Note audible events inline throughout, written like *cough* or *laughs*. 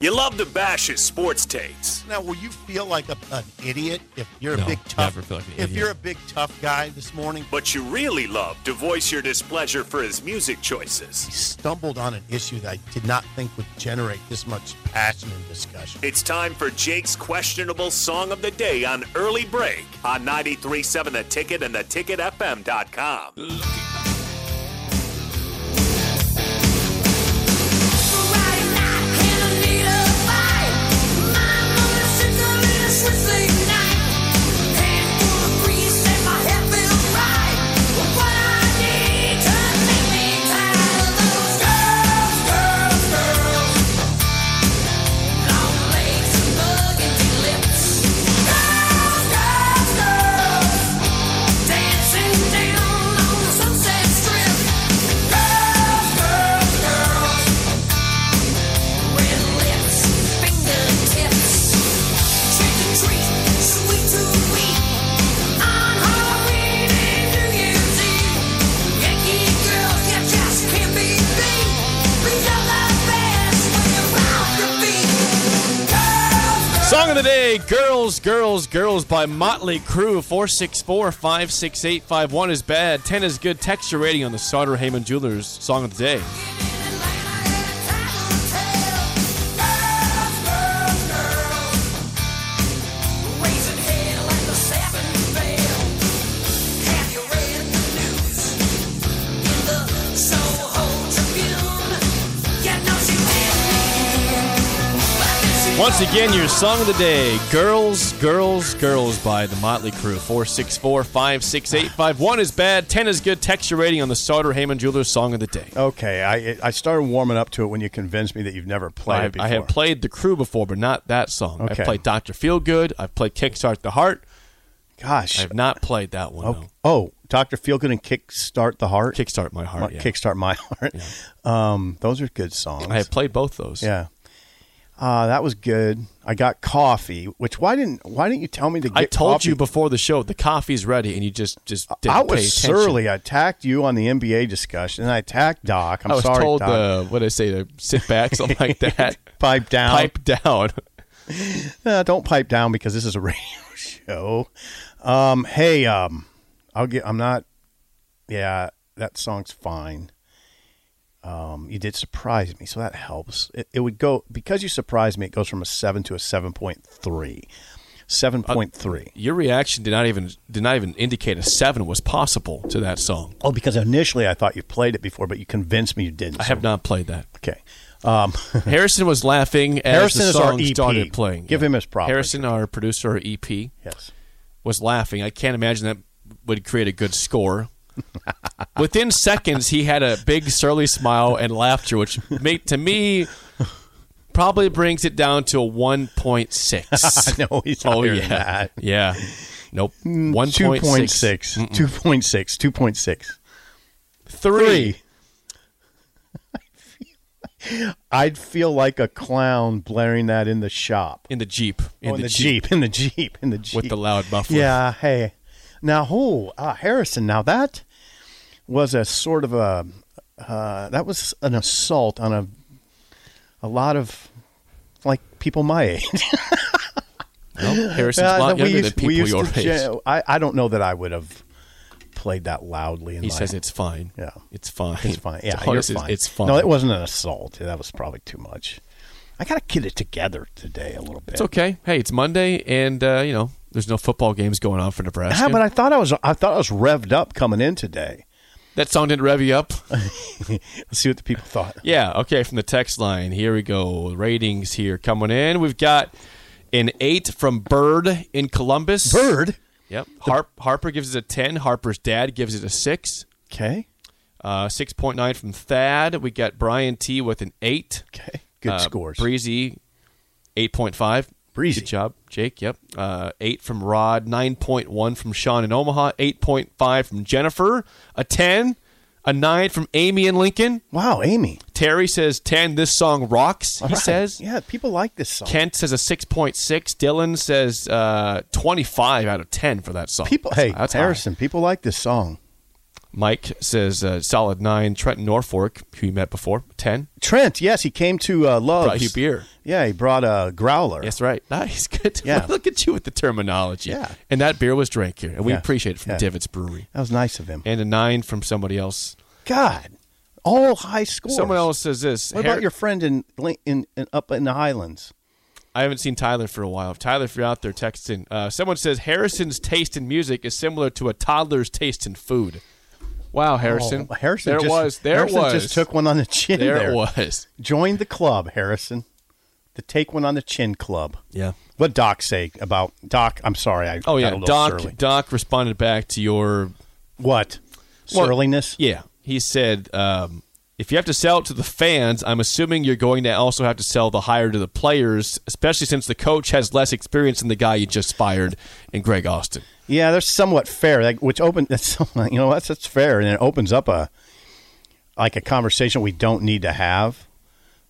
You love to bash his sports takes. Now, will you feel like a, an idiot if you're No, a big tough? never feel like an if idiot. you're a big tough guy this morning, But you really love to voice your displeasure for his music choices. I stumbled on an issue that I did not think would generate this much passion and discussion. It's time for Jake's questionable song of the day on Early Break on 93.7 The Ticket and theticketfm.com. Dancing down on the sunset strip. Girls, girls, girls. Red lips, fingertips. Trick or treat, sweet to sweet. On Halloween and New Year's Eve. Yankee girls, you just can't be beat. These are the best when you're proud to be. Girls, girls. Song of the day, Girls, Girls, Girls by Motley Crue. 464 568 51 is bad. 10 is good. Texture rating on the Sauter Heyman Jewelers Song of the Day. Once again, your song of the day, Girls, Girls, Girls by The Motley Crue. 464 568 51 is bad. 10 is good. Texture rating on the Sauter Heyman Jewelers Song of the Day. Okay, I I started warming up to it when you convinced me that you've never played I, it before. I have played The Crew before, but not that song. Okay. I've played Dr. Feelgood. I've played Kickstart the Heart. I Gosh. have not played that one, Okay. though. Oh, Doctor Feelgood and Kickstart the Heart. Kickstart My Heart. My- yeah. Kickstart my heart. Um, those are good songs. I have played both those. yeah. Uh, that was good. I got coffee, which why didn't why didn't you tell me to get I told coffee? you before the show the coffee's ready, and you just just didn't I pay was attention. surly. I attacked you on the NBA discussion, and I attacked Doc. I'm I was sorry, told Doc. uh, what I say to sit back, something *laughs* like that. pipe down. Pipe down. *laughs* No, don't pipe down because this is a *laughs* radio show. Um, hey, um, I'll get. I'm not. Yeah, that song's fine. Um, you did surprise me, so that helps. It, it would go because you surprised me. It goes from a seven to a seven point three. Seven Uh, point three. Your reaction did not even did not even indicate a seven was possible to that song. Oh, because initially I thought you played it before, but you convinced me you didn't. I have not played *laughs* that. Okay. Um, Harrison was laughing as Harrison the is our song EP. started playing. Give him his props. Harrison, our producer, our E EP, yes. was laughing. I can't imagine that would create a good *laughs* score. Within seconds, he had a big surly smile and laughter, which made to me probably brings it down to a one point *laughs* six. *laughs* No, he's oh higher yeah, than that. Mm, yeah. Nope. One Two point point six. Two point six. Two point six. three. I'd feel like a clown blaring that in the shop. in the jeep. In, oh, in the, Jeep. In the Jeep. In the Jeep. with the loud muffler. Yeah, hey. Now, who? Uh, Harrison. Now, that was a sort of a, uh, that was an assault on a, a lot of, like, people my age. Well, *laughs* Harrison's a Uh, lot we younger than used- we people used your to age. gen- I, I don't know that I would have played that loudly. In He my, says it's fine. Yeah. it's fine. It's fine. Yeah, it's, you're it's- fine. It's fine. No, it wasn't an assault. That was probably too much. I got to get it together today a little bit. It's okay. Hey, it's Monday, and uh, you know there's no football games going on for Nebraska. Yeah, but I thought I was I thought I was revved up coming in today. that song didn't rev you up. *laughs* Let's see what the people thought. yeah. Okay. From the text line, here we go. Ratings here coming in. We've got an eight from Bird in Columbus. Bird. Yep. Harp, Harper gives it a ten. Harper's dad gives it a six. Okay. Uh, six point nine from Thad. We got Brian T with an eight. Okay. Good Uh, scores. Breezy, eight point five. Breezy. Good job, Jake. Yep. Uh, eight from Rod. Nine point one from Sean in Omaha. Eight point five from Jennifer. A ten. A nine from Amy and Lincoln. Wow, Amy. Terry says, 10, this song rocks, he All right. says. Yeah, people like this song. Kent says a 6.6. Dylan says uh, 25 out of 10 for that song. people, hey, That's high. Harrison, people like this song. Mike says uh, solid 9. Trenton Norfolk, who you met before, 10. Trent, yes, he came to uh, Love. Brought you beer. Yeah, he brought a growler. That's right. *laughs* Nice. Good. Yeah. *laughs* Look at you with the terminology. Yeah. And that beer was drank here, and we Yeah. appreciate it from Yeah. Divots Brewery. That was nice of him. And a 9 from somebody else. God, all high scores. Someone else says this. What Har- about your friend in, Lin- in, in up in the Highlands? I haven't seen Tyler for a while. Tyler, if you're out there texting, uh, someone says Harrison's taste in music is similar to a toddler's taste in food. Wow, Harrison! Oh, Harrison there just, was, there Harrison was, just took one on the chin. there, There, it was. Join the club, Harrison. The take one on the chin club. Yeah. What Doc say about Doc? I'm sorry, I Oh got yeah, a little Doc. surly. Doc responded back to your What Well, surliness? yeah. He said, um, if you have to sell it to the fans, I'm assuming you're going to also have to sell the hire to the players, especially since the coach has less experience than the guy you just fired, in Greg Austin. Yeah, they're somewhat fair. Like, which open *laughs* that's somewhat, you know that's that's fair, and it opens up a like a conversation we don't need to have,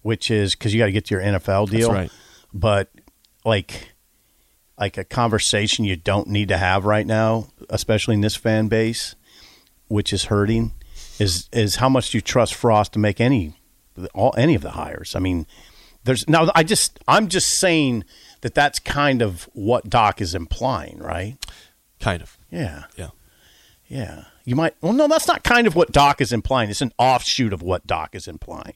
which is because you got to get to your NFL deal, right. But like like a conversation you don't need to have right now, especially in this fan base, which is hurting, is is how much do you trust Frost to make any all any of the hires? I mean, there's now I just I'm just saying that that's kind of what Doc is implying, right? Kind of. Yeah. Yeah. Yeah. You might. Well, no, that's not kind of what Doc is implying. It's an offshoot of what Doc is implying,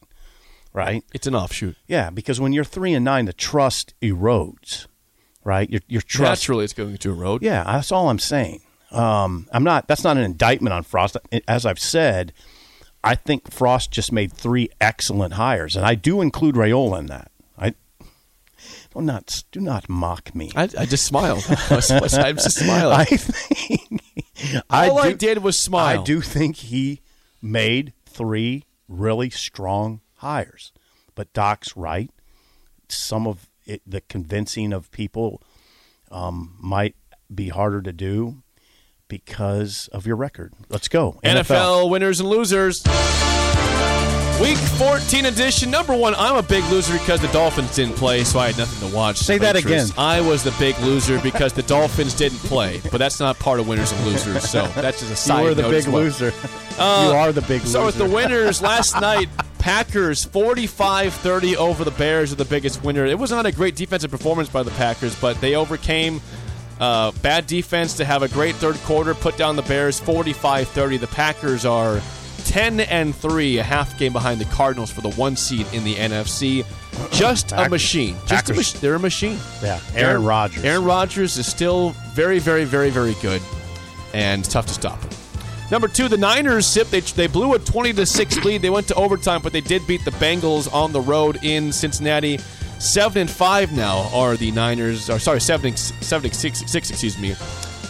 right? It's an offshoot. Yeah, because when you're three and nine, the trust erodes, right? Your your trust. Naturally, it's going to erode. Yeah, that's all I'm saying. Um, I'm not. That's not an indictment on Frost. As I've said, I think Frost just made three excellent hires, and I do include Rayola in that. I. do not do not mock me. I, I just smiled. *laughs* I was, I was just smiling. I *laughs* think All I do- did was smile. I do think he made three really strong hires, but Doc's right. Some of it, the convincing of people um, might be harder to do because of your record. Let's go NFL. winners and losers. Week 14 edition. Number one, I'm a big loser because the Dolphins didn't play, so I had nothing to watch. Say Of that interest. again. I was the big loser because the Dolphins didn't play, but that's not part of winners and losers. So that's just a side You are note. the as big well. Um, loser. you are the big So with loser. the *laughs* winners last night, Packers 45-30 over the Bears are the biggest winner. It was not a great defensive performance by the Packers, but they overcame uh, bad defense to have a great third quarter, put down the Bears 45-30. The Packers are 10 and 3, a half game behind the Cardinals for the one seed in the NFC. Just a Packers. machine. Just a Packers. machine. They're a machine. yeah, Aaron Rodgers. Aaron Rodgers is still very, very, very, very good and tough to stop him. Number two, the Niners sip. They, they blew a 20 to 6 lead. They went to overtime, but they did beat the Bengals on the road in Cincinnati. Seven and five now are the Niners. Or sorry, seven and s- seven and six, six excuse me.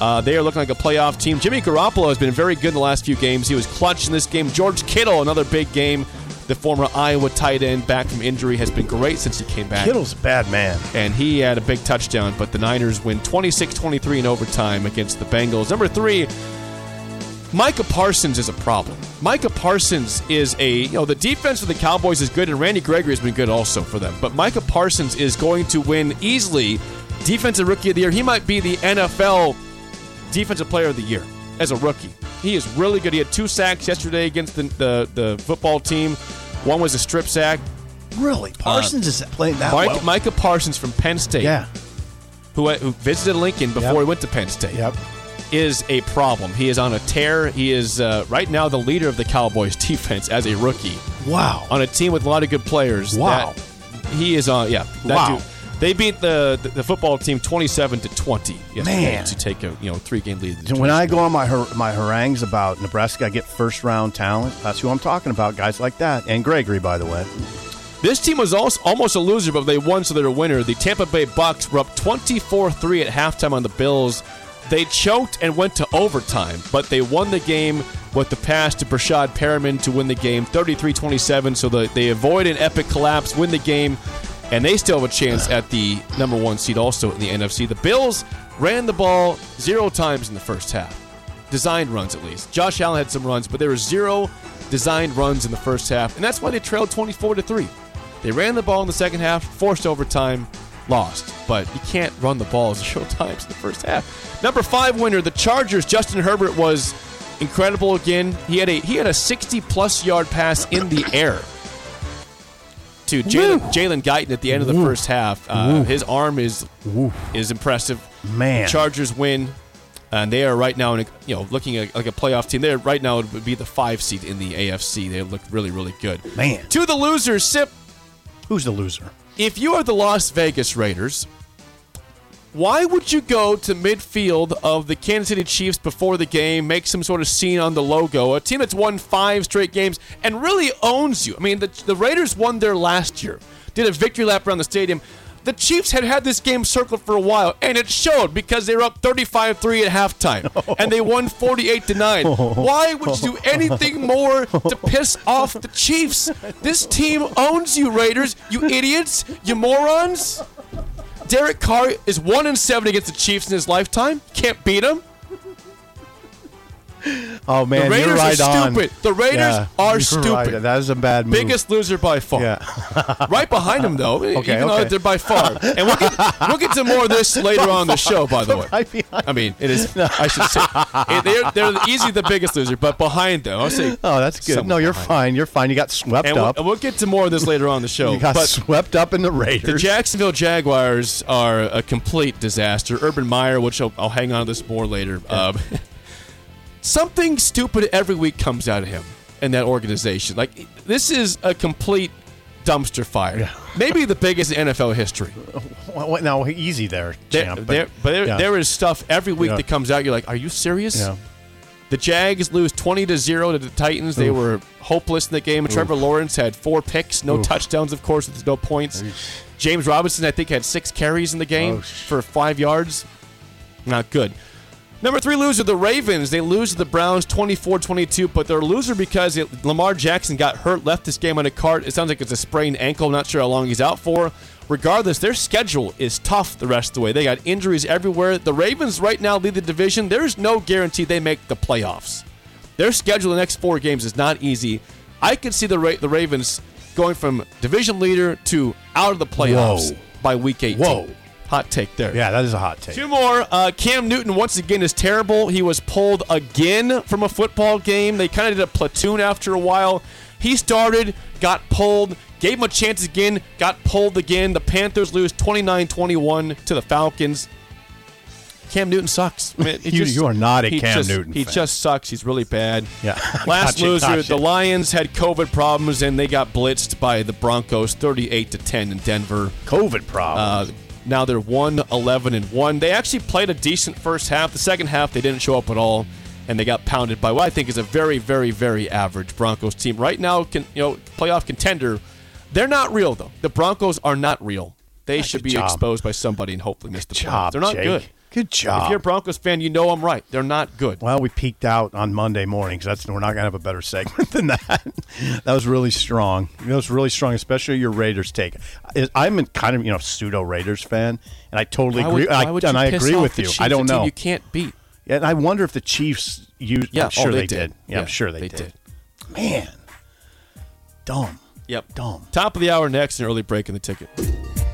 Uh, they are looking like a playoff team. Jimmy Garoppolo has been very good in the last few games. He was clutch in this game. George Kittle, another big game. The former Iowa tight end back from injury has been great since he came back Kittle's a bad man. and he had a big touchdown, but the Niners win 26 23 in overtime against the Bengals. Number three, Micah Parsons is a problem. Micah Parsons is a, you know, the defense for the Cowboys is good, and Randy Gregory has been good also for them. But Micah Parsons is going to win easily Defensive Rookie of the Year. He might be the NFL Defensive Player of the Year as a rookie. He is really good. He had two sacks yesterday against the, the, the football team, one was a strip sack. Really, Parsons is playing that Mike, Oh, well. Micah Parsons from Penn State yeah, who, who visited Lincoln before Yep. he went to Penn State, yep. is a problem. He is on a tear. He is uh, right now the leader of the Cowboys *laughs* defense as a rookie Wow. on a team with a lot of good players. Wow. That- he is on. Yeah. that Wow. dude. They beat the, the the football team twenty-seven to twenty yesterday Man. to take a you know three-game lead. And when I go on my har- my harangues about Nebraska, I get first round talent. That's who I'm talking about, guys like that, and Gregory, by the way. This team was also almost a loser, but they won, so they're a winner. The Tampa Bay Bucks were up 24 3 at halftime on the Bills. They choked and went to overtime, but they won the game with the pass to Brashad Perriman to win the game 33 27. So the, they avoid an epic collapse, win the game, and they still have a chance at the number one seed also in the NFC. The Bills ran the ball zero times in the first half. designed runs at least. Josh Allen had some runs, but there were zero designed runs in the first half, and that's why they trailed 24 to 3. They ran the ball in the second half, forced overtime, lost. But you can't run the ball *laughs* zero times in the first half. Number five winner, the Chargers. Justin Herbert was incredible again. He had a he had a 60 plus yard pass in the air to Jalen Jalen Guyton at the end of the first half. Uh, his arm is is impressive. Man. The Chargers win, and they are right now in a, you know looking at, like a playoff team. They're right now would be the five seed in the AFC. They look really really good. Man. to the losers, sip. Who's the loser? If you are the Las Vegas Raiders, why would you go to midfield of the Kansas City Chiefs before the game, make some sort of scene on the logo? A team that's won five straight games and really owns you. I mean, the, the Raiders won there last year, did a victory lap around the stadium. The Chiefs had had this game circled for a while, and it showed because they were up 35 3 at halftime, and they won 48 to 9. Why would you do anything more to piss off the Chiefs? This team owns you, Raiders, you idiots, you morons. Derek Carr is one and seven against the Chiefs in his lifetime. Can't beat them. Oh man, Raiders you're are right on. stupid. The Raiders are you're right. stupid. That is a bad move. Biggest loser by far. Yeah. *laughs* right behind them though. Okay, even okay. though they're by far. And we'll get, we'll get to more of this later on in the show. By the way, *laughs* Right *laughs* behind. I mean it is. I should say it- they're they're easily the biggest loser, but behind them, I'll say. Oh, that's good. Somewhat No, you're behind. fine. You're fine. You got swept And we'll, up. and we'll get to more of this later on in the show. you got but swept up in the Raiders. *laughs* The Jacksonville Jaguars are a complete disaster. Urban Meyer, which I'll, I'll hang on to this more later. Um, *laughs* something stupid every week comes out of him and that organization. Like this is a complete dumpster fire. Maybe the biggest in NFL history. Well, well, now easy there, There, champ. there- but there, yeah. there is stuff every week Yeah. that comes out. You're like, are you serious? Yeah. The Jags lose 20 to 0 to the Titans. They were hopeless in the game. Trevor Lawrence had four picks, no touchdowns, of course, with no points. James Robinson, I think, had six carries in the game Oh, sh- for five yards. Not good. Number three loser, the Ravens. They lose to the Browns 24 22, but they're a loser because it, Lamar Jackson got hurt, left this game on a cart. It sounds like it's a sprained ankle. Not sure how long he's out for. Regardless, their schedule is tough the rest of the way. They got injuries everywhere. The Ravens right now lead the division. There's no guarantee they make the playoffs. Their schedule the next four games is not easy. I could see the Ra- the Ravens going from division leader to out of the playoffs Whoa. by week 18. Whoa. Hot take there. yeah, that is a hot take. Two more. Uh, Cam Newton once again is terrible. He was pulled again from a football game. They kind of did a platoon after a while. He started, got pulled, gave him a chance again, got pulled again. The Panthers lose 29-21 to the Falcons. Cam Newton sucks. I mean, he *laughs* You- you are not a he Cam just- Newton He fan. just sucks. He's really bad. *laughs* Yeah. Last Gotcha, loser, gotcha. the Lions had COVID problems and they got blitzed by the Broncos 38 to 10 in Denver. COVID Uh, problem. now they're 1 11 and 1. They actually played a decent first half. The second half, they didn't show up at all, and they got pounded by what I think is a very, very, very average Broncos team. Right now, can, you know, playoff contender. They're not real, though. The Broncos are not real. They should Ah, good be job. exposed by somebody and hopefully miss the Good playoffs. job, They're not Jake. good. Good job. If you're a Broncos fan, you know I'm right. They're not good. well, we peaked out on Monday morning, so that's we're not gonna have a better segment than *laughs* that. that was really strong. That was really strong, especially your Raiders take. I- I'm a kind of you know pseudo Raiders fan, and I totally Why agree. would- why I, would and you I piss agree off with the you. Chiefs, I a don't team know. You can't beat. And I wonder if the Chiefs used. Yeah, I'm sure oh, they, they did. Yeah, Yeah, I'm sure they, they did. Man, dumb. Yep. Dumb. Top of the hour next, an early break in the ticket.